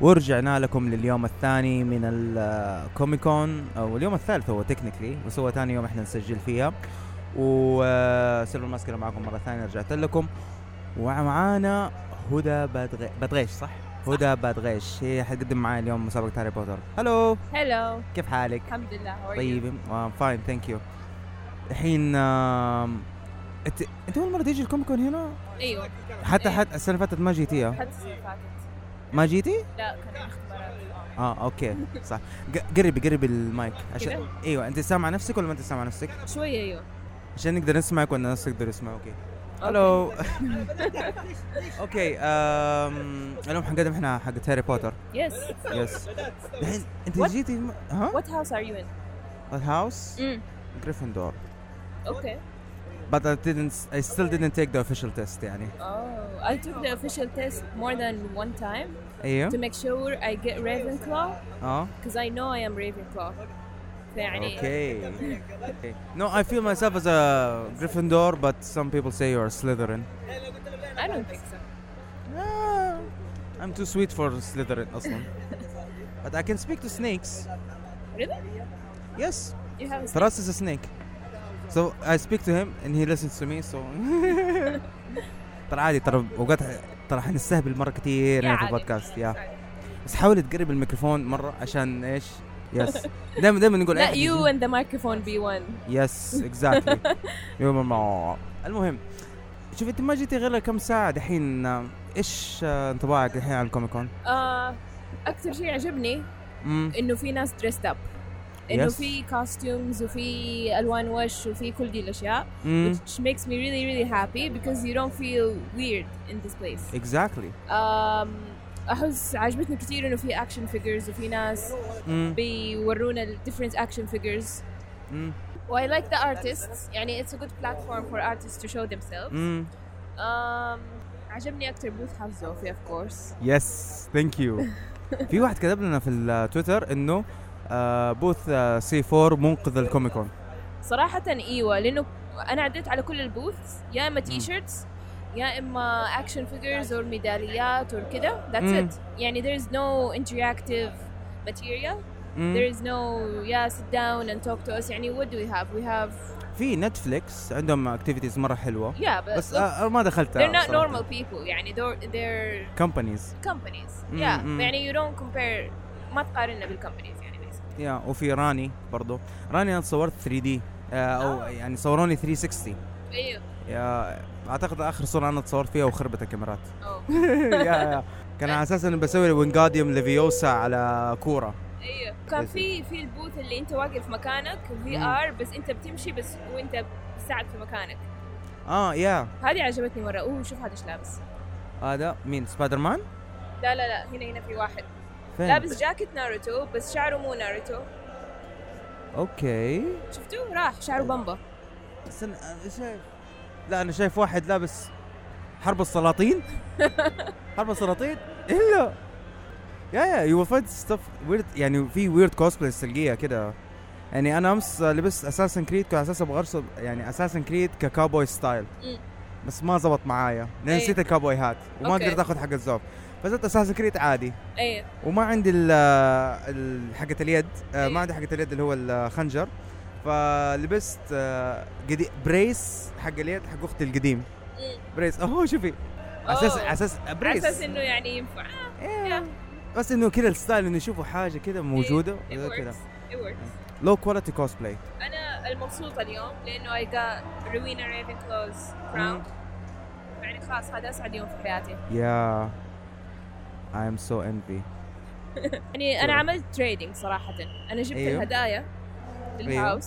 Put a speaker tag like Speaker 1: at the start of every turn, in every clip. Speaker 1: ورجعنا لكم لليوم الثاني من الكوميكون او اليوم الثالث هو تكنيكلي بس هو ثاني يوم احنا نسجل فيها وسيلفر ماسكرة معكم مره ثانيه رجعت لكم ومعانا هدى بدغي... بدغيش صح؟ هدى بدغيش هي حتقدم معايا اليوم مسابقه هاري بوتر هلو
Speaker 2: هلو
Speaker 1: كيف حالك؟
Speaker 2: الحمد لله how are you؟
Speaker 1: طيب فاين ثانك يو الحين آم، انت انت اول مره تيجي الكوميكون هنا؟
Speaker 2: ايوه
Speaker 1: حتى
Speaker 2: إيه.
Speaker 1: حتى السنه اللي فاتت ما جيتيها
Speaker 2: حتى السنه اللي فاتت
Speaker 1: ما جيتي؟
Speaker 2: لا كان اختبارات
Speaker 1: اه اوكي صح ق- قربي قربي المايك عشان ايوه انت سامعه نفسك ولا ما انت سامعه نفسك؟
Speaker 2: شويه ايوه
Speaker 1: عشان نقدر نسمعك والناس تقدر يسمعوك الو اوكي آم، اليوم حنقدم احنا حق هاري بوتر
Speaker 2: يس
Speaker 1: يس الحين انت
Speaker 2: What-
Speaker 1: جيتي م- ها؟
Speaker 2: وات هاوس ار يو ان
Speaker 1: هاوس
Speaker 2: امم
Speaker 1: جريفندور
Speaker 2: اوكي
Speaker 1: But I didn't. I still didn't take the official test يعني.
Speaker 2: اوه Oh. I took the official test more than one time to
Speaker 1: ايوه.
Speaker 2: make sure I get Ravenclaw
Speaker 1: اه.
Speaker 2: because I know I am Ravenclaw يعني, فيعني
Speaker 1: Okay. okay. No, I feel myself as a Gryffindor, but some people say you are Slytherin.
Speaker 2: I don't think so
Speaker 1: Ah, I'm too sweet for Slytherin أصلا. But I can speak to snakes.
Speaker 2: really
Speaker 1: Yes.
Speaker 2: you have a snake.
Speaker 1: Taras is a snake. So I speak to him and he listens to me so ترى عادي ترى اوقات ترى حنستهبل مره كثير هنا في
Speaker 2: عادي.
Speaker 1: البودكاست يا بس حاول تقرب الميكروفون مره عشان ايش؟ يس دائما دائما نقول
Speaker 2: لا you and the microphone B1
Speaker 1: يس اكزاكتلي المهم شوف انت ما جيتي غير كم ساعه دحين آه، ايش آه، انطباعك الحين عن الكوميكون؟
Speaker 2: آه اكثر شيء عجبني
Speaker 1: امم
Speaker 2: انه في ناس دريست اب انه
Speaker 1: Yes.
Speaker 2: في كاستيومز وفي الوان وش وفي كل دي الاشياء
Speaker 1: Hmm.
Speaker 2: which makes me really really happy because you don't feel weird in this place.
Speaker 1: اكزاكتلي
Speaker 2: Um, أحس عجبتني كثير إنه في action figures وفي ناس بيورونا ال different action figures. و I like the artists يعني it's a good platform for artists to show themselves. Um, عجبني أكثر بوث حق زوفي of course.
Speaker 1: يس ثانك يو في واحد كتب لنا في التويتر انه آه، بوث سي 4 منقذ الكوميكون
Speaker 2: صراحة أيوة لأنه أنا عديت على كل البوث يا إما تي شيرتس يا إما action figures أو ميداليات أو كده
Speaker 1: مم.
Speaker 2: that's it يعني there is no interactive material
Speaker 1: مم.
Speaker 2: There is no yeah sit down and talk to us يعني what do we have we have
Speaker 1: في نتفليكس عندهم اكتيفيتيز مره حلوه
Speaker 2: yeah but
Speaker 1: بس
Speaker 2: look,
Speaker 1: آه، ما دخلت
Speaker 2: they're not normal people يعني they're, they're
Speaker 1: كومبانيز
Speaker 2: companies
Speaker 1: Mm,
Speaker 2: yeah
Speaker 1: mm.
Speaker 2: يعني you don't compare ما تقارننا بالكمبانيز يعني basically.
Speaker 1: يا وفي راني برضو راني انا صورت 3 دي او
Speaker 2: آه.
Speaker 1: يعني صوروني 360
Speaker 2: ايوه
Speaker 1: يا اعتقد اخر صوره انا اتصورت فيها وخربت الكاميرات
Speaker 2: أوه.
Speaker 1: يا- يا. كان على اساس اني بسوي وينجاديوم ليفيوسا على كوره
Speaker 2: ايوه كان
Speaker 1: Yes.
Speaker 2: في في البوث اللي انت واقف مكانك في ار بس انت بتمشي بس وانت بتساعد في مكانك
Speaker 1: اه يا
Speaker 2: هذه عجبتني مره اوه شوف هذا ايش لابس
Speaker 1: هذا مين سبايدر مان
Speaker 2: لا لا لا هنا هنا في واحد
Speaker 1: فين
Speaker 2: لابس جاكيت ناروتو بس شعره مو ناروتو
Speaker 1: اوكي
Speaker 2: شفتوه راح
Speaker 1: أيوه.
Speaker 2: شعره بامبا
Speaker 1: استنى أنا شايف لا انا شايف واحد لابس حرب السلاطين حرب السلاطين الا يا يا يو فايند ستاف ويرد يعني في ويرد كوسبلاي تلقيها كده يعني انا امس لبست اساسن كريد كنت اساس ابغى ارسم يعني اساسن كريد ككابوي ستايل
Speaker 2: مم.
Speaker 1: بس ما زبط معايا لان
Speaker 2: أي.
Speaker 1: نسيت الكابوي هات وما
Speaker 2: أوكي.
Speaker 1: قدرت اخذ حق الزوب فزت اساسن كريد عادي
Speaker 2: ايوه
Speaker 1: وما عندي ال- ال حقة اليد آه،
Speaker 2: إيه.
Speaker 1: ما عندي حقة اليد اللي هو الخنجر فلبست آه، قدي- بريس حق اليد حق اختي القديم
Speaker 2: مم.
Speaker 1: بريس اهو شوفي اساس
Speaker 2: إيه. أوه.
Speaker 1: اساس
Speaker 2: على
Speaker 1: بريس
Speaker 2: اساس انه يعني ينفع
Speaker 1: إيه. بس انه كذا الستايل انه يشوفوا حاجه كذا موجوده
Speaker 2: إيه. It
Speaker 1: ولا كذا
Speaker 2: works. It works.
Speaker 1: لو كواليتي كوسبلاي
Speaker 2: انا المبسوطه اليوم لانه I got روينا ريفن كلوز كراون يعني خلاص هذا اسعد يوم في حياتي
Speaker 1: يا اي ام سو انفي
Speaker 2: يعني انا عملت تريدنج صراحه انا جبت
Speaker 1: أيوه.
Speaker 2: الهدايا
Speaker 1: أيوه.
Speaker 2: للهاوس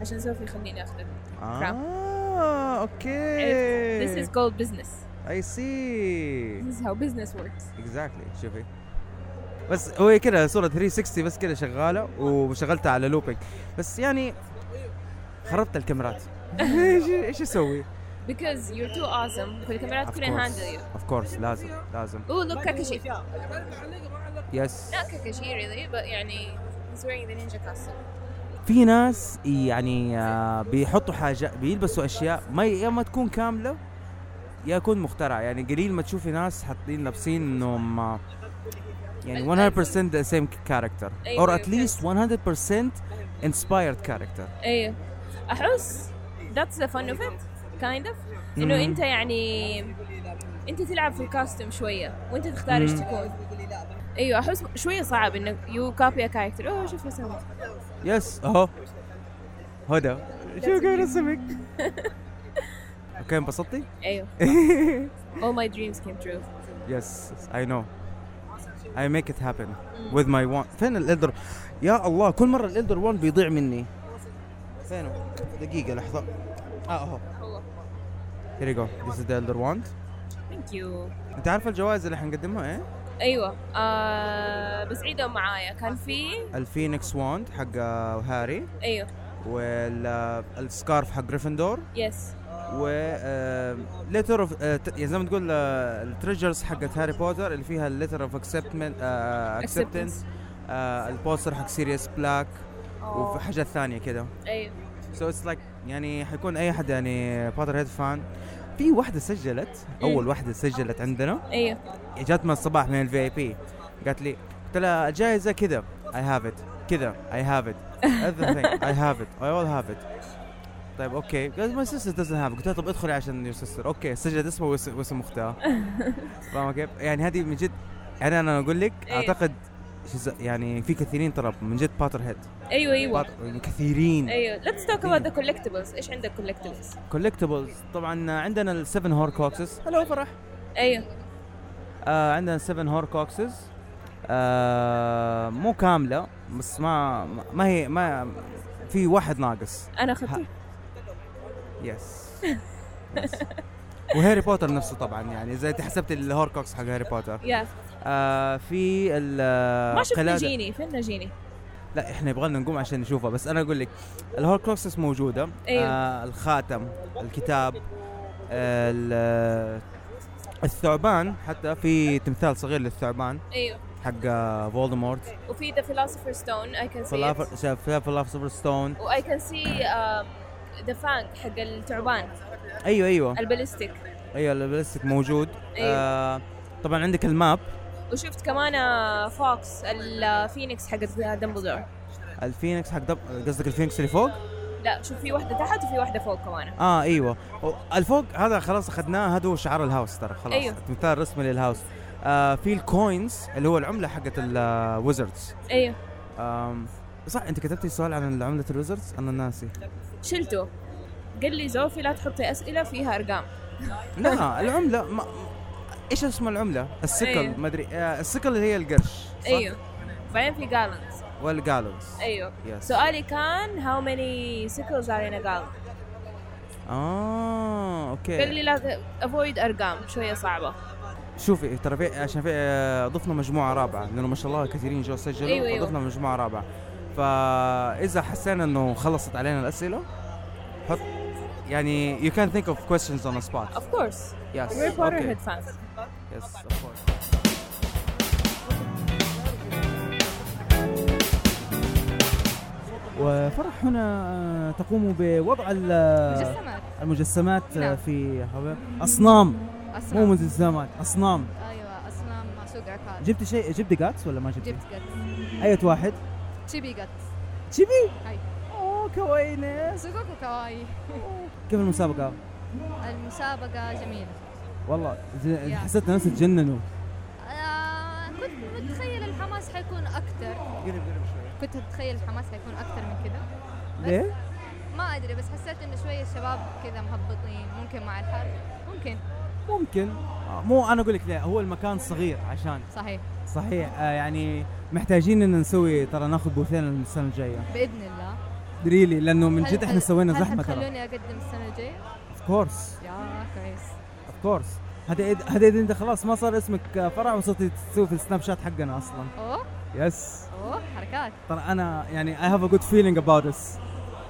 Speaker 2: عشان سوفي يخليني اخذ
Speaker 1: اه
Speaker 2: This
Speaker 1: اوكي
Speaker 2: is gold business
Speaker 1: اي سي
Speaker 2: This is how business works
Speaker 1: اكزاكتلي شوفي بس هو كده صورة 360 بس كده شغالة وشغلتها على لوبينج بس يعني خربت الكاميرات ايش ايش اسوي؟
Speaker 2: because you're too awesome فالكاميرات كلها handle you
Speaker 1: اوف كورس لازم لازم
Speaker 2: Oh look كاكاشي
Speaker 1: يس
Speaker 2: not كاكاشي really but يعني he's wearing the ninja costume
Speaker 1: في ناس يعني آه، بيحطوا حاجة بيلبسوا اشياء ما يا ما تكون كاملة يا يكون مخترعة يعني قليل ما تشوفي ناس حاطين لابسين انهم آه، يعني 100% the same character
Speaker 2: أيوة،
Speaker 1: or at least 100% inspired character
Speaker 2: ايوه احس that's the fun of it kind of
Speaker 1: مم.
Speaker 2: انه انت يعني انت تلعب في الكاستم شويه وانت تختار ايش
Speaker 1: مم.
Speaker 2: تكون ايوه احس شويه صعب انك يو كابي ا كاركتر اوه شوف سويت
Speaker 1: يس اهو هدى شو قاعد اسمك اوكي انبسطتي؟
Speaker 2: ايوه all my dreams came true
Speaker 1: يس اي نو اي ميك ات هابن وذ ماي وان فين الالدر يا الله كل مره الالدر وان بيضيع مني فينه دقيقه لحظه اه اهو هير جو ذيس از ذا الدر وان
Speaker 2: thank you
Speaker 1: انت عارفه الجوائز اللي حنقدمها ايه؟
Speaker 2: ايوه آه بس عيدهم معايا كان في
Speaker 1: الفينيكس واند حق آه، هاري
Speaker 2: ايوه
Speaker 1: والسكارف حق جريفندور
Speaker 2: يس
Speaker 1: و آه، ليتر اوف يعني زي ما تقول التريجرز حقت هاري بوتر اللي فيها الليتر اوف
Speaker 2: Acceptance.
Speaker 1: آه، اكسبتنس البوستر آه، حق سيريس بلاك وفي حاجات ثانيه كده
Speaker 2: ايوه
Speaker 1: سو اتس لايك يعني حيكون اي حد يعني بوتر هيد فان في واحده سجلت اول واحده سجلت عندنا
Speaker 2: ايوه
Speaker 1: جاتنا الصباح من الفي اي بي قالت لي قلت لها الجائزه كذا اي هاف ات كذا اي هاف ات اي هاف ات اي اول هاف ات طيب اوكي قالت ماي سيستر دزنت هاف قلت لها طب ادخلي عشان يور سيستر اوكي سجلت اسمه واس- واسم اختها فاهمه كيف؟ يعني هذه من جد يعني انا اقول لك
Speaker 2: إيه.
Speaker 1: اعتقد شز- يعني في كثيرين ترى من جد باتر هيد
Speaker 2: ايوه ايوه
Speaker 1: كثيرين
Speaker 2: ايوه let's talk about the collectibles ايش عندك collectibles
Speaker 1: كولكتبلز طبعا عندنا السفن هور كوكسز هلا فرح
Speaker 2: ايوه
Speaker 1: آه عندنا 7 هور كوكسز آه مو كامله بس ما ما هي ما في واحد ناقص
Speaker 2: انا اخذته
Speaker 1: يس يس. وهاري بوتر نفسه طبعا يعني زي تحسبت الهور كوكس حق هاري بوتر
Speaker 2: يا
Speaker 1: آه في آه،
Speaker 2: ما شفت
Speaker 1: القلاده
Speaker 2: نجيني فين نجيني
Speaker 1: لا احنا يبغالنا نقوم عشان نشوفها بس انا اقول لك الهور كوكسس موجوده
Speaker 2: أيوه.
Speaker 1: آه الخاتم الكتاب ال- الثعبان حتى في تمثال صغير للثعبان
Speaker 2: ايوه
Speaker 1: حق فولدمورت
Speaker 2: وفي ذا فيلوسفر ستون اي كان سي
Speaker 1: فلافل شاف فلافل ستون
Speaker 2: واي كان سي ذا فانج حق الثعبان
Speaker 1: ايوه ايوه
Speaker 2: الباليستيك
Speaker 1: ايوه البلاستيك موجود
Speaker 2: أيوة.
Speaker 1: آه طبعا عندك الماب
Speaker 2: وشفت كمان آه، فوكس الفينيكس حق دمبلدور
Speaker 1: الفينكس حق دب... قصدك الفينكس اللي فوق؟
Speaker 2: لا شوف في واحده تحت وفي واحده فوق كمان
Speaker 1: اه ايوه و- الفوق هذا خلاص اخذناه هذا هو شعار الهاوس ترى خلاص
Speaker 2: أيوة.
Speaker 1: مثال رسمي للهاوس آه في الكوينز اللي هو العمله حقت الويزردز أيوه.
Speaker 2: ايوه
Speaker 1: صح انت كتبت لي سؤال عن عمله الويزردز انا ناسي
Speaker 2: شلته قال لي زوفي لا تحطي اسئله فيها ارقام
Speaker 1: لا العمله ما... ايش اسم العمله؟ السكل
Speaker 2: أيوة.
Speaker 1: ما ادري آه السكل اللي هي القرش صح؟
Speaker 2: ايوه بعدين في جالنس
Speaker 1: والجالونز
Speaker 2: ايوه
Speaker 1: Yes.
Speaker 2: سؤالي كان how many sickles are in a gallon
Speaker 1: اه
Speaker 2: قال
Speaker 1: اوكي
Speaker 2: لي لا avoid ارقام شويه صعبه
Speaker 1: شوفي ترى في عشان في آه، ضفنا مجموعه رابعه لانه ما شاء الله كثيرين جو سجلوا
Speaker 2: أيوة، أيوة.
Speaker 1: ضفنا مجموعه رابعه فاذا حسينا انه خلصت علينا الاسئله حط يعني you can think of questions on the spot
Speaker 2: of course
Speaker 1: yes
Speaker 2: we're Potterhead fans
Speaker 1: yes of course وفرح هنا آه، تقوم بوضع
Speaker 3: مجسمات
Speaker 1: المجسمات آه،
Speaker 3: نعم.
Speaker 1: في اصنام مو
Speaker 3: اصنام
Speaker 1: مجسمات اصنام
Speaker 3: ايوه اصنام سوق عكاظ
Speaker 1: جبت شيء جبت جاتس ولا ما جبت؟
Speaker 3: جبت جت
Speaker 1: اية واحد؟
Speaker 3: تشيبي جت
Speaker 1: تشيبي؟
Speaker 3: هاي
Speaker 1: اوه كوينس
Speaker 3: سوقوكو كواي
Speaker 1: كيف المسابقة؟
Speaker 3: المسابقة جميلة
Speaker 1: والله ز-
Speaker 3: يا.
Speaker 1: حسيت ناس تجننوا
Speaker 3: آه كنت متخيل الحماس حيكون أكثر
Speaker 1: قرب قرب شوي
Speaker 3: كنت أتخيل الحماس حيكون أكثر من كذا
Speaker 1: ليه؟
Speaker 3: ما أدري بس حسيت إنه شوية الشباب كذا مهبطين ممكن مع الحر ممكن
Speaker 1: ممكن آه، مو انا اقول لك ليه هو المكان صغير عشان
Speaker 3: صحيح
Speaker 1: صحيح آه، يعني محتاجين ان نسوي ترى ناخذ بوثين السنه الجايه
Speaker 3: بإذن الله
Speaker 1: ريلي لانه من
Speaker 3: هل-
Speaker 1: جد احنا
Speaker 3: هل-
Speaker 1: سوينا
Speaker 3: هل
Speaker 1: زحمه ترى
Speaker 3: خلوني أقدم السنة الجاية؟
Speaker 1: اوف كورس
Speaker 3: يا كويس
Speaker 1: اوف كورس هذا إذا- هذا إذا انت خلاص ما صار اسمك آه، فرع وصرت تسوي في السناب شات حقنا اصلا
Speaker 3: أوه
Speaker 1: يس
Speaker 3: أوه حركات
Speaker 1: ترى انا يعني اي هاف ا جود فيلينج اباوت ذس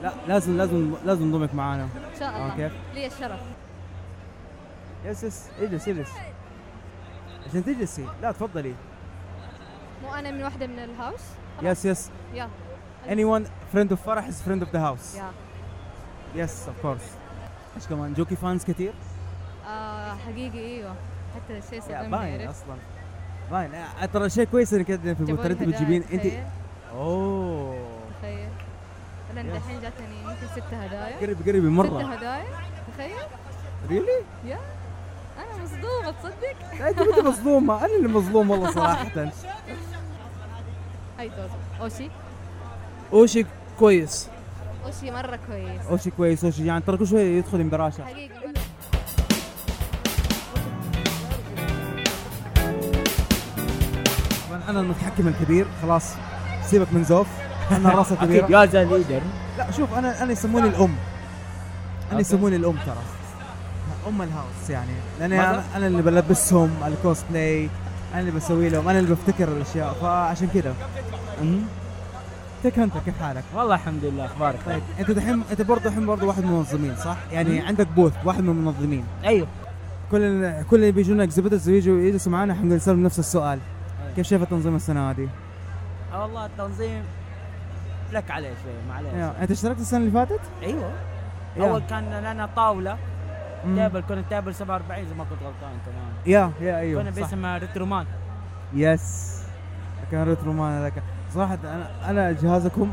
Speaker 1: لا لازم لازم لازم نضمك معانا
Speaker 3: إن شاء
Speaker 1: آه،
Speaker 3: الله
Speaker 1: كيف؟
Speaker 3: لي الشرف
Speaker 1: يس يس اجلس اجلس عشان تجلسي لا تفضلي
Speaker 3: مو أنا من واحدة من الهاوس
Speaker 1: يس يس
Speaker 3: يا
Speaker 1: اني ون فريند اوف فرح از فريند اوف ذا هاوس
Speaker 3: يا
Speaker 1: يس اوف كورس ايش كمان جوكي فانز كثير
Speaker 3: آه حقيقي ايوه حتى شيء
Speaker 1: يا
Speaker 3: صدمني
Speaker 1: باين
Speaker 3: عرفت
Speaker 1: اصلا مان آه، ترى شيء كويس انك انت في
Speaker 3: جابوا
Speaker 1: بوث
Speaker 3: لي
Speaker 1: انت
Speaker 3: هدايا،
Speaker 1: بتجيبين انت
Speaker 3: تخيل-
Speaker 1: اوه
Speaker 3: تخيل انا
Speaker 1: يس.
Speaker 3: دحين جاتني يمكن ست هدايا
Speaker 1: قرب قربي
Speaker 3: ست
Speaker 1: مره
Speaker 3: هدايا تخيل
Speaker 1: ريلي؟
Speaker 3: انا مصدومه تصدق
Speaker 1: لا انت انت مظلومه انا اللي مظلوم والله صراحه
Speaker 3: هاي دوزو اوشي
Speaker 4: اوشي كويس
Speaker 3: اوشي مره كويس
Speaker 1: اوشي كويس اوشي يعني ترى كل شويه يدخل امبراشه
Speaker 3: حقيقي
Speaker 1: طبعاً انا المتحكم الكبير خلاص سيبك من زوف انا راسه
Speaker 5: اكيد
Speaker 1: كبيره
Speaker 5: يا زي ليدر
Speaker 1: لا شوف انا انا يسموني الام انا
Speaker 5: أوكي.
Speaker 1: يسموني الام ترى ام الهاوس يعني لاني
Speaker 5: ماذا؟
Speaker 1: انا أنا اللي بلبسهم الكوسبلاي انا اللي بسوي لهم انا اللي بفتكر الاشياء فعشان كذا تك انت كيف حالك؟
Speaker 5: والله الحمد لله اخبارك
Speaker 1: طيب انت دحين انت برضه الحين برضه واحد من المنظمين صح؟ يعني عندك بوث واحد من المنظمين
Speaker 5: ايوه
Speaker 1: كل ال- كل اللي بيجونا اكزبيترز ويجوا يجلسوا معنا احنا بنسالهم نفس السؤال كيف شايف التنظيم السنه هذه؟
Speaker 5: آه والله التنظيم لك عليه شوي ما عليه
Speaker 1: يا، انت اشتركت السنه اللي فاتت؟
Speaker 5: ايوه
Speaker 1: يا.
Speaker 5: اول كان لنا طاوله
Speaker 1: مم.
Speaker 5: تيبل كنا تيبل 47 اذا ما كنت غلطان تمام
Speaker 1: يا يا
Speaker 5: كنا
Speaker 1: ايوه صح
Speaker 5: باسم ريترومان
Speaker 1: يس كان ريترو مان هذاك صراحه انا انا جهازكم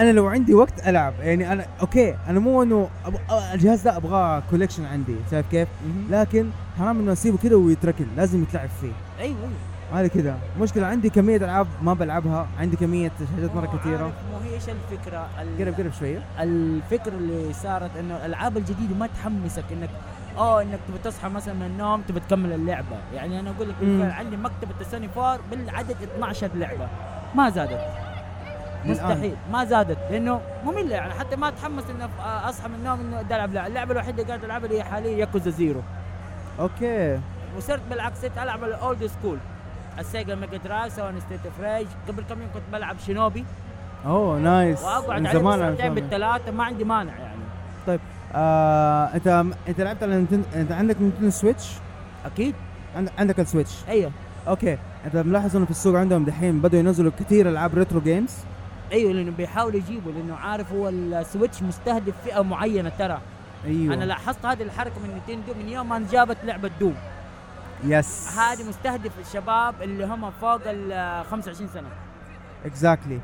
Speaker 1: انا لو عندي وقت العب يعني انا اوكي انا مو انه أب- الجهاز ده ابغاه كوليكشن عندي شايف كيف؟ لكن حرام انه اسيبه كده ويتركن لازم يتلعب فيه
Speaker 5: ايوه ايوه
Speaker 1: هذا كذا مشكلة عندي كمية ألعاب ما بلعبها عندي كمية حاجات مرة
Speaker 5: مو
Speaker 1: كثيرة
Speaker 5: عارف، آه، مو هي ايش الفكره ال-
Speaker 1: قرب قرب شوية
Speaker 5: الفكره اللي صارت انه الالعاب الجديده ما تحمسك انك اه انك تبي تصحى مثلا من النوم تبي تكمل اللعبه يعني انا اقول لك
Speaker 1: مم.
Speaker 5: بالفعل عندي مكتبه السوني فار بالعدد 12 لعبه ما زادت مستحيل ما زادت لانه ممله يعني حتى ما اتحمس اني أف- اصحى من النوم انه بدي العب لعبة. اللعبه الوحيده اللي قاعد العبها اللي هي حاليا ياكوزا زيرو
Speaker 1: أوكي
Speaker 5: وصرت بالعكس صرت العب الاولد سكول السيجا ميجا درايف سواء ستيت اوف ريج قبل كم يوم كنت بلعب شينوبي
Speaker 1: أوه نايس
Speaker 5: واقعد
Speaker 1: من
Speaker 5: عليه
Speaker 1: زمان
Speaker 5: ساعتين
Speaker 1: أنا
Speaker 5: بالثلاثه ما عندي مانع يعني
Speaker 1: طيب، آه، أنت أنت لعبت على نينتن- أنت عندك نينتندو سويتش
Speaker 5: اكيد
Speaker 1: عند- عندك السويتش
Speaker 5: ايوه
Speaker 1: أوكي أنت ملاحظ إنه في السوق عندهم دحين بدوا ينزلوا كثير ألعاب ريترو جيمز
Speaker 5: ايوه لانه بيحاول يجيبه لانه عارف هو السويتش مستهدف فئه معينه ترى
Speaker 1: أيوه
Speaker 5: انا لاحظت هذه الحركه من نينتندو من يوم ما جابت لعبه دوم
Speaker 1: يس
Speaker 5: هذه مستهدف الشباب اللي هم فوق ال 25 سنه
Speaker 1: اكزاكتلي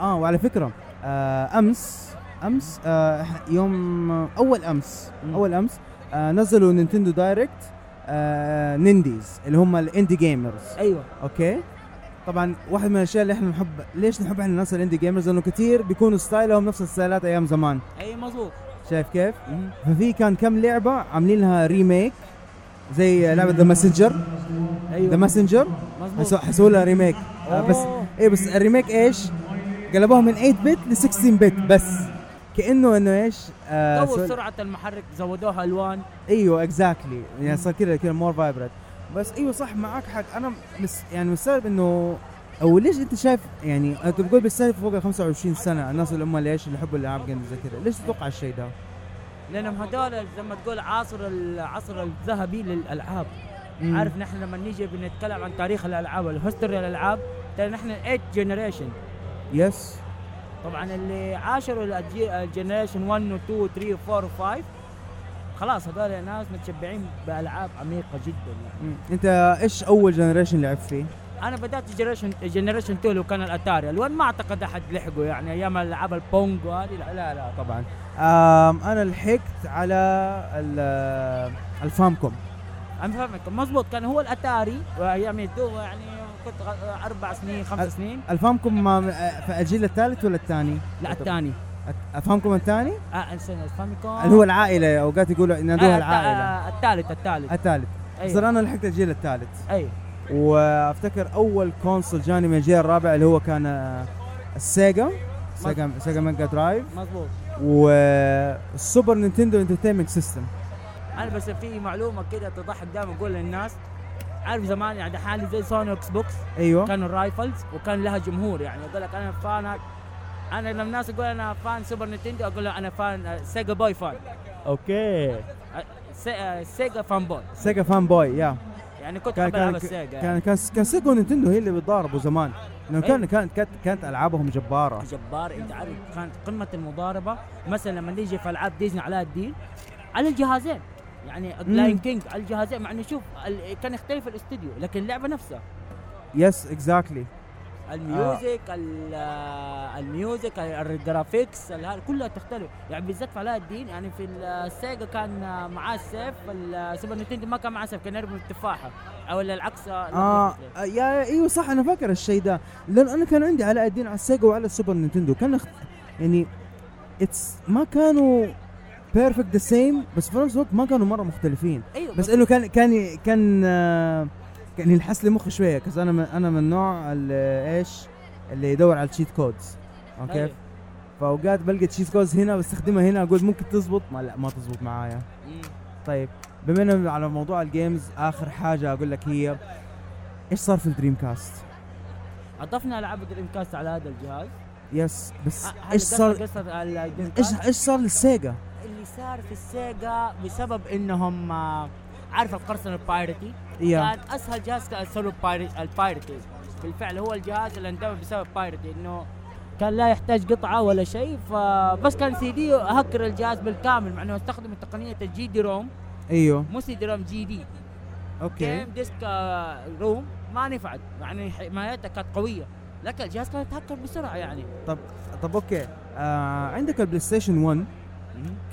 Speaker 1: اه وعلى فكره آه امس امس آه إح- يوم اول امس
Speaker 5: مم.
Speaker 1: اول امس آه نزلوا نينتندو دايركت آه نينديز اللي هم الاندي جيمرز
Speaker 5: ايوه
Speaker 1: اوكي طبعا واحد من الاشياء اللي احنا نحب ليش نحب احنا الناس الاندي جيمرز لانه كثير بيكونوا ستايلهم نفس الستايلات ايام زمان
Speaker 5: اي مظبوط
Speaker 1: شايف كيف؟ ففي كان كم لعبه عاملين لها ريميك زي لعبه ذا ماسنجر
Speaker 5: ايوه
Speaker 1: ذا ماسنجر
Speaker 5: مظبوط
Speaker 1: حيسووا لها ريميك آه بس
Speaker 5: أوه.
Speaker 1: ايه بس الريميك ايش؟ قلبوها من 8 بت ل 16 بت بس كانه انه ايش؟ آه
Speaker 5: طور
Speaker 1: سؤال-
Speaker 5: سرعه المحرك زودوها الوان
Speaker 1: ايوه اكزاكتلي يعني صار كذا كذا مور فايبرنت بس ايوه صح معك حق انا مس يعني مستغرب انه او ليش انت شايف يعني انت بتقول بيستهدف فوق ال 25 سنه الناس اللي هم ليش اللي يحبوا الالعاب جيمز زي كذا ليش تتوقع الشيء ده؟
Speaker 5: لانهم هذول زي ما تقول عصر العصر الذهبي للالعاب
Speaker 1: مم.
Speaker 5: عارف نحن لما نيجي بنتكلم عن تاريخ الالعاب والهستوري الالعاب ترى نحن ايت جنريشن
Speaker 1: يس
Speaker 5: طبعا اللي عاشروا الجنريشن 1 و 2 و 3 و 4 و 5 خلاص هذول ناس متشبعين بالعاب عميقه جدا يعني.
Speaker 1: مم. انت ايش اول جنريشن لعبت فيه؟
Speaker 5: انا بدات جنريشن جنريشن 2 لو كان الاتاري الوان ما اعتقد احد لحقه يعني ايام العاب البونج وهذه لا لا, لا طبعا
Speaker 1: طبعا آم انا لحقت على ال- الفامكوم
Speaker 5: انا فاهمك مضبوط كان هو الاتاري وايام الدو يعني كنت غ- اربع سنين
Speaker 1: أ-
Speaker 5: خمس سنين
Speaker 1: الفامكوم ما- في الجيل الثالث ولا الثاني؟
Speaker 5: لا الثاني
Speaker 1: افهمكم الثاني
Speaker 5: آه انسان الفاميكون آه،
Speaker 1: اللي هو العائله اوقات يقولوا ينادوها العائله
Speaker 5: الثالث الثالث
Speaker 1: الثالث
Speaker 5: ايوه
Speaker 1: صار انا لحقت الجيل الثالث
Speaker 5: ايوه
Speaker 1: وافتكر اول كونسول جاني من الجيل الرابع اللي هو كان آه، السيجا سيجا سيجا ميجا درايف
Speaker 5: مضبوط
Speaker 1: والسوبر نينتندو انترتينمنت سيستم
Speaker 5: انا بس في معلومه كده تضحك دائما اقول للناس عارف زمان يعني حالي زي سوني اكس بوكس
Speaker 1: ايوه
Speaker 5: كانوا الرايفلز وكان لها جمهور يعني اقول لك انا فان انا لما الناس يقول انا فان سوبر نينتندو اقول له انا فان آه، سيجا بوي فان
Speaker 1: اوكي
Speaker 5: آه، سي- آه، سيجا فان بوي
Speaker 1: سيجا فان بوي يا
Speaker 5: يعني كنت
Speaker 1: كان
Speaker 5: احب العب
Speaker 1: كان
Speaker 5: السيجا يعني.
Speaker 1: كان كان كان سيجا ونينتندو هي اللي بيتضاربوا زمان لانه كان
Speaker 5: أيوة.
Speaker 1: كانت كانت كانت العابهم جباره
Speaker 5: جبار انت عارف كانت قمه المضاربه مثلا لما نيجي في العاب ديزني على الدين على الجهازين يعني لاين كينج على الجهازين مع انه شوف ال- كان يختلف الاستوديو لكن اللعبه نفسها
Speaker 1: يس اكزاكتلي
Speaker 5: الميوزك ال- آه، الميوزك ال- الجرافيكس ال- هذا كلها تختلف يعني بالذات في علاء الدين يعني في السيجا كان آه، معاه سيف السوبر نينتندو ما كان معاه سيف كان يرمي التفاحه او ال- العكس آه، لما
Speaker 1: اه
Speaker 5: يختلف.
Speaker 1: يا يا- ايوه صح انا فاكر الشيء ده لان انا كان عندي علاء الدين على السيجا وعلى السوبر نينتندو كان اخت... يعني اتس ما كانوا بيرفكت ذا سيم بس في نفس الوقت ما كانوا مره مختلفين
Speaker 5: ايوه
Speaker 1: بس انه كان كان كان آه، كان ينحس لي مخي شويه كز انا من انا من النوع اللي ايش اللي يدور على الشيت كودز اوكي
Speaker 5: أيوة.
Speaker 1: فاوقات بلقى تشيت كودز هنا بستخدمها هنا اقول ممكن تزبط ما لا ما تزبط معايا
Speaker 5: مم.
Speaker 1: طيب بما اننا على موضوع الجيمز اخر حاجه اقول لك هي ايش صار في الدريم كاست؟
Speaker 5: عطفنا العاب دريم كاست على هذا الجهاز
Speaker 1: يس بس
Speaker 5: ه- آه، هذا
Speaker 1: ايش صار
Speaker 5: قصة- قصة على الدريم كاست.
Speaker 1: ايش ايش صار للسيجا؟
Speaker 5: اللي صار في السيجا بسبب انهم آه، عارف القرصنه البايرتي
Speaker 1: يا
Speaker 5: كان اسهل جهاز كان سولو بايرت البايرتي بالفعل هو الجهاز اللي اندمج بسبب بايرتي انه كان لا يحتاج قطعه ولا شيء فبس كان سي دي هكر الجهاز بالكامل مع انه استخدم تقنيه الجي دي روم
Speaker 1: ايوه
Speaker 5: مو سي دي روم جي دي
Speaker 1: اوكي
Speaker 5: جيم ديسك آه، روم ما نفعت يعني حمايتها كانت قويه لكن الجهاز كان يتهكر بسرعه يعني
Speaker 1: طب اوكي آه عندك البلاي ستيشن 1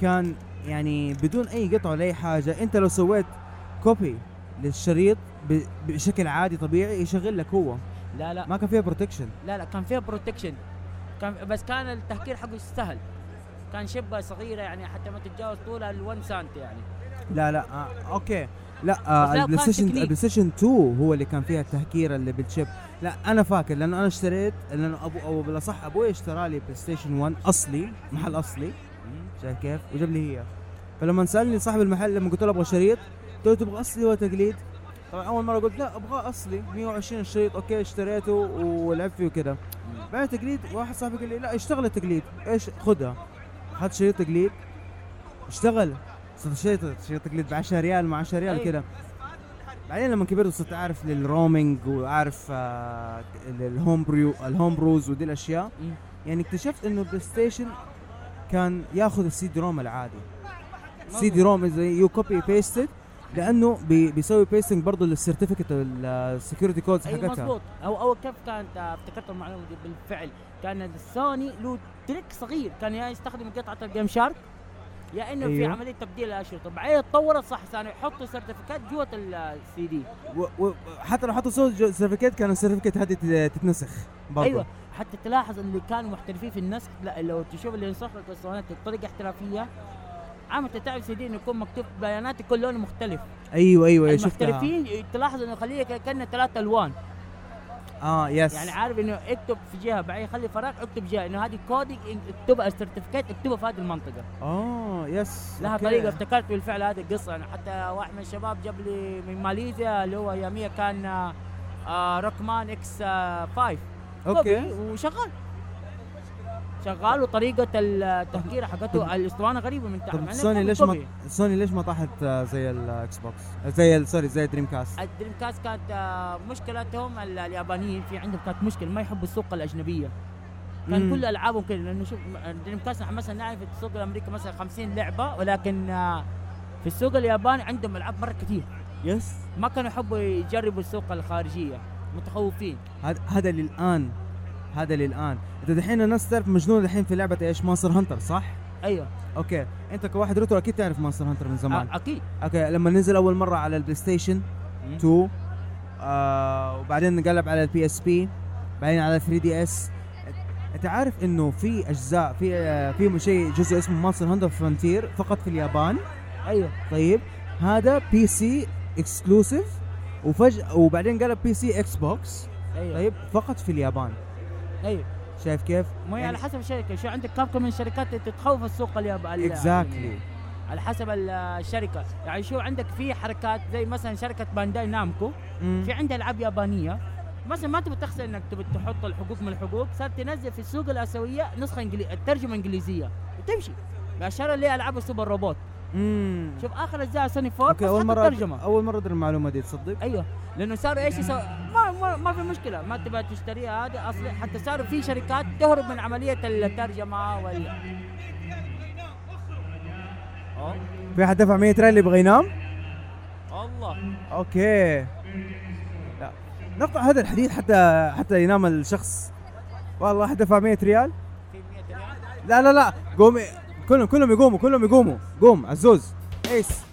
Speaker 1: كان يعني بدون اي قطع ولا اي حاجه انت لو سويت كوبي للشريط ب- بشكل عادي طبيعي يشغل لك هو
Speaker 5: لا لا
Speaker 1: ما كان فيها بروتكشن
Speaker 5: لا لا كان فيها بروتكشن كان بس كان التهكير حقه سهل كان شبه صغيره يعني حتى ما تتجاوز طولها ال 1 سنتي يعني
Speaker 1: لا لا آه اوكي لا
Speaker 5: بس
Speaker 1: آه
Speaker 5: لا،
Speaker 1: البلاي
Speaker 5: كان
Speaker 1: ستيشن
Speaker 5: تكنيك.
Speaker 1: البلاي ستيشن 2 هو اللي كان فيها التهكير اللي بالشيب لا انا فاكر لانه انا اشتريت لانه ابو او بالاصح ابوي اشترى لي بلاي ستيشن 1 اصلي محل اصلي شايف كيف وجاب لي هي فلما سالني صاحب المحل لما قلت له ابغى شريط قلت له تبغى اصلي ولا تقليد؟ طبعا اول مره قلت لا ابغى اصلي 120 شريط اوكي اشتريته ولعبت فيه وكذا بعد تقليد واحد صاحبي قال لي لا اشتغل التقليد ايش خذها اخذت شريط تقليد اشتغل صرت شريط شريط تقليد ب 10 ريال مع 10 ريال
Speaker 5: أيوة.
Speaker 1: كذا بعدين لما كبرت صرت اعرف للرومينج واعرف آه، الهوم بريو الهوم بروز ودي الاشياء
Speaker 5: مم.
Speaker 1: يعني اكتشفت انه البلاي ستيشن كان ياخذ السي دي روم العادي سي دي روم زي يو كوبي بيستد لانه بي بيسوي بيستنج برضه للسيرتيفيكت السكيورتي كودز
Speaker 5: ايوه
Speaker 1: حقتها
Speaker 5: مضبوط او او كيف كانت آه، افتكرت المعلومه دي بالفعل كان السوني له تريك صغير كان يا يستخدم قطعه الجيم شارك يا انه في
Speaker 1: أيوة.
Speaker 5: عمليه تبديل الاشرطه بعدين اتطورت صح ثاني يحطوا سيرتيفيكات جوه السي دي
Speaker 1: و- و- حتى لو حطوا صوت سيرتيفيكت كان السيرتيفيكت هذه تت- تتنسخ برضه
Speaker 5: ايوه حتى تلاحظ اللي كانوا محترفين في النسخ لا لو تشوف اللي ينسخ لك الاسطوانات بطريقه احترافيه عامة تعرف سي دي انه يكون مكتوب بيانات كل لون مختلف
Speaker 1: ايوه ايوه أيوة، شفتها
Speaker 5: المحترفين تلاحظ انه يخليه كانه ثلاث الوان
Speaker 1: اه يس
Speaker 5: يعني عارف انه اكتب في جهه بعدين خلي فراغ اكتب جهه انه هذه كودك اكتبها السيرتيفيكات اكتبها في هذه المنطقه
Speaker 1: اه يس
Speaker 5: لها
Speaker 1: أوكي.
Speaker 5: طريقه افتكرت بالفعل هذه القصه انا حتى واحد من الشباب جاب لي من ماليزيا اللي هو يامية كان آه، آه روكمان اكس آه 5 كوبي
Speaker 1: اوكي
Speaker 5: وشغال شغال وطريقه التفكير حقته الاسطوانه غريبه من تحت
Speaker 1: طب سوني ليش ما سوني ليش ما طاحت آه، زي الاكس بوكس زي ال- سوري زي دريم كاست
Speaker 5: الدريم كاست كانت آه، مشكلتهم ال- اليابانيين في عندهم كانت مشكله ما يحبوا السوق الاجنبيه كان
Speaker 1: مم.
Speaker 5: كل العابهم كذا لانه شوف دريم كاست نحن مثلا نعرف في السوق الامريكي مثلا 50 لعبه ولكن آه، في السوق الياباني عندهم العاب مره كثير
Speaker 1: يس
Speaker 5: ما كانوا يحبوا يجربوا السوق الخارجيه متخوفين
Speaker 1: هذا هذا للان هذا للان انت دحين الناس تعرف مجنون الحين في لعبه ايش ماستر هانتر صح
Speaker 5: ايوه
Speaker 1: اوكي انت كواحد رترو اكيد تعرف ماستر هانتر من زمان
Speaker 5: آه، اكيد
Speaker 1: اوكي لما نزل اول مره على البلاي ستيشن
Speaker 5: مم.
Speaker 1: 2 آه وبعدين نقلب على البي اس بي بعدين على 3 دي اس انت عارف انه في اجزاء في آه في شيء جزء اسمه ماستر هانتر فرونتير فقط في اليابان
Speaker 5: ايوه
Speaker 1: طيب هذا بي سي اكسكلوسيف وفجاه وبعدين قلب بي سي اكس بوكس
Speaker 5: ايوه
Speaker 1: طيب فقط في اليابان
Speaker 5: ايوه
Speaker 1: شايف كيف؟ يعني
Speaker 5: ما هي على حسب الشركه شو عندك كابكم من الشركات اللي تتخوف السوق الياباني
Speaker 1: اكزاكتلي
Speaker 5: على حسب ال- الشركه يعني شو عندك في حركات زي مثلا شركه بانداي نامكو في عندها العاب يابانيه مثلا ما تبي تخسر انك تبي تحط الحقوق من الحقوق صارت تنزل في السوق الاسيويه نسخه انجلي... الترجمه انجليزيه وتمشي بأشار لي العاب السوبر روبوت
Speaker 1: امم
Speaker 5: شوف اخر اجزاء سوني 4
Speaker 1: اوكي
Speaker 5: بس
Speaker 1: اول
Speaker 5: حط
Speaker 1: مره
Speaker 5: ترجمه
Speaker 1: اول مره ادري المعلومه دي تصدق
Speaker 5: ايوه لانه صاروا ايش يسوي ما, ما, ما في مشكله ما تبغى تشتريها هذه اصلا حتى صاروا في شركات تهرب من عمليه الترجمه وال أوه.
Speaker 1: في احد دفع 100 ريال يبغى ينام؟
Speaker 5: الله
Speaker 1: اوكي لا نقطع هذا الحديد حتى حتى ينام الشخص والله احد دفع 100 ريال
Speaker 5: في 100 ريال
Speaker 1: لا لا لا قوم كلهم كلهم يقوموا كلهم يقوموا قوم عزوز ايس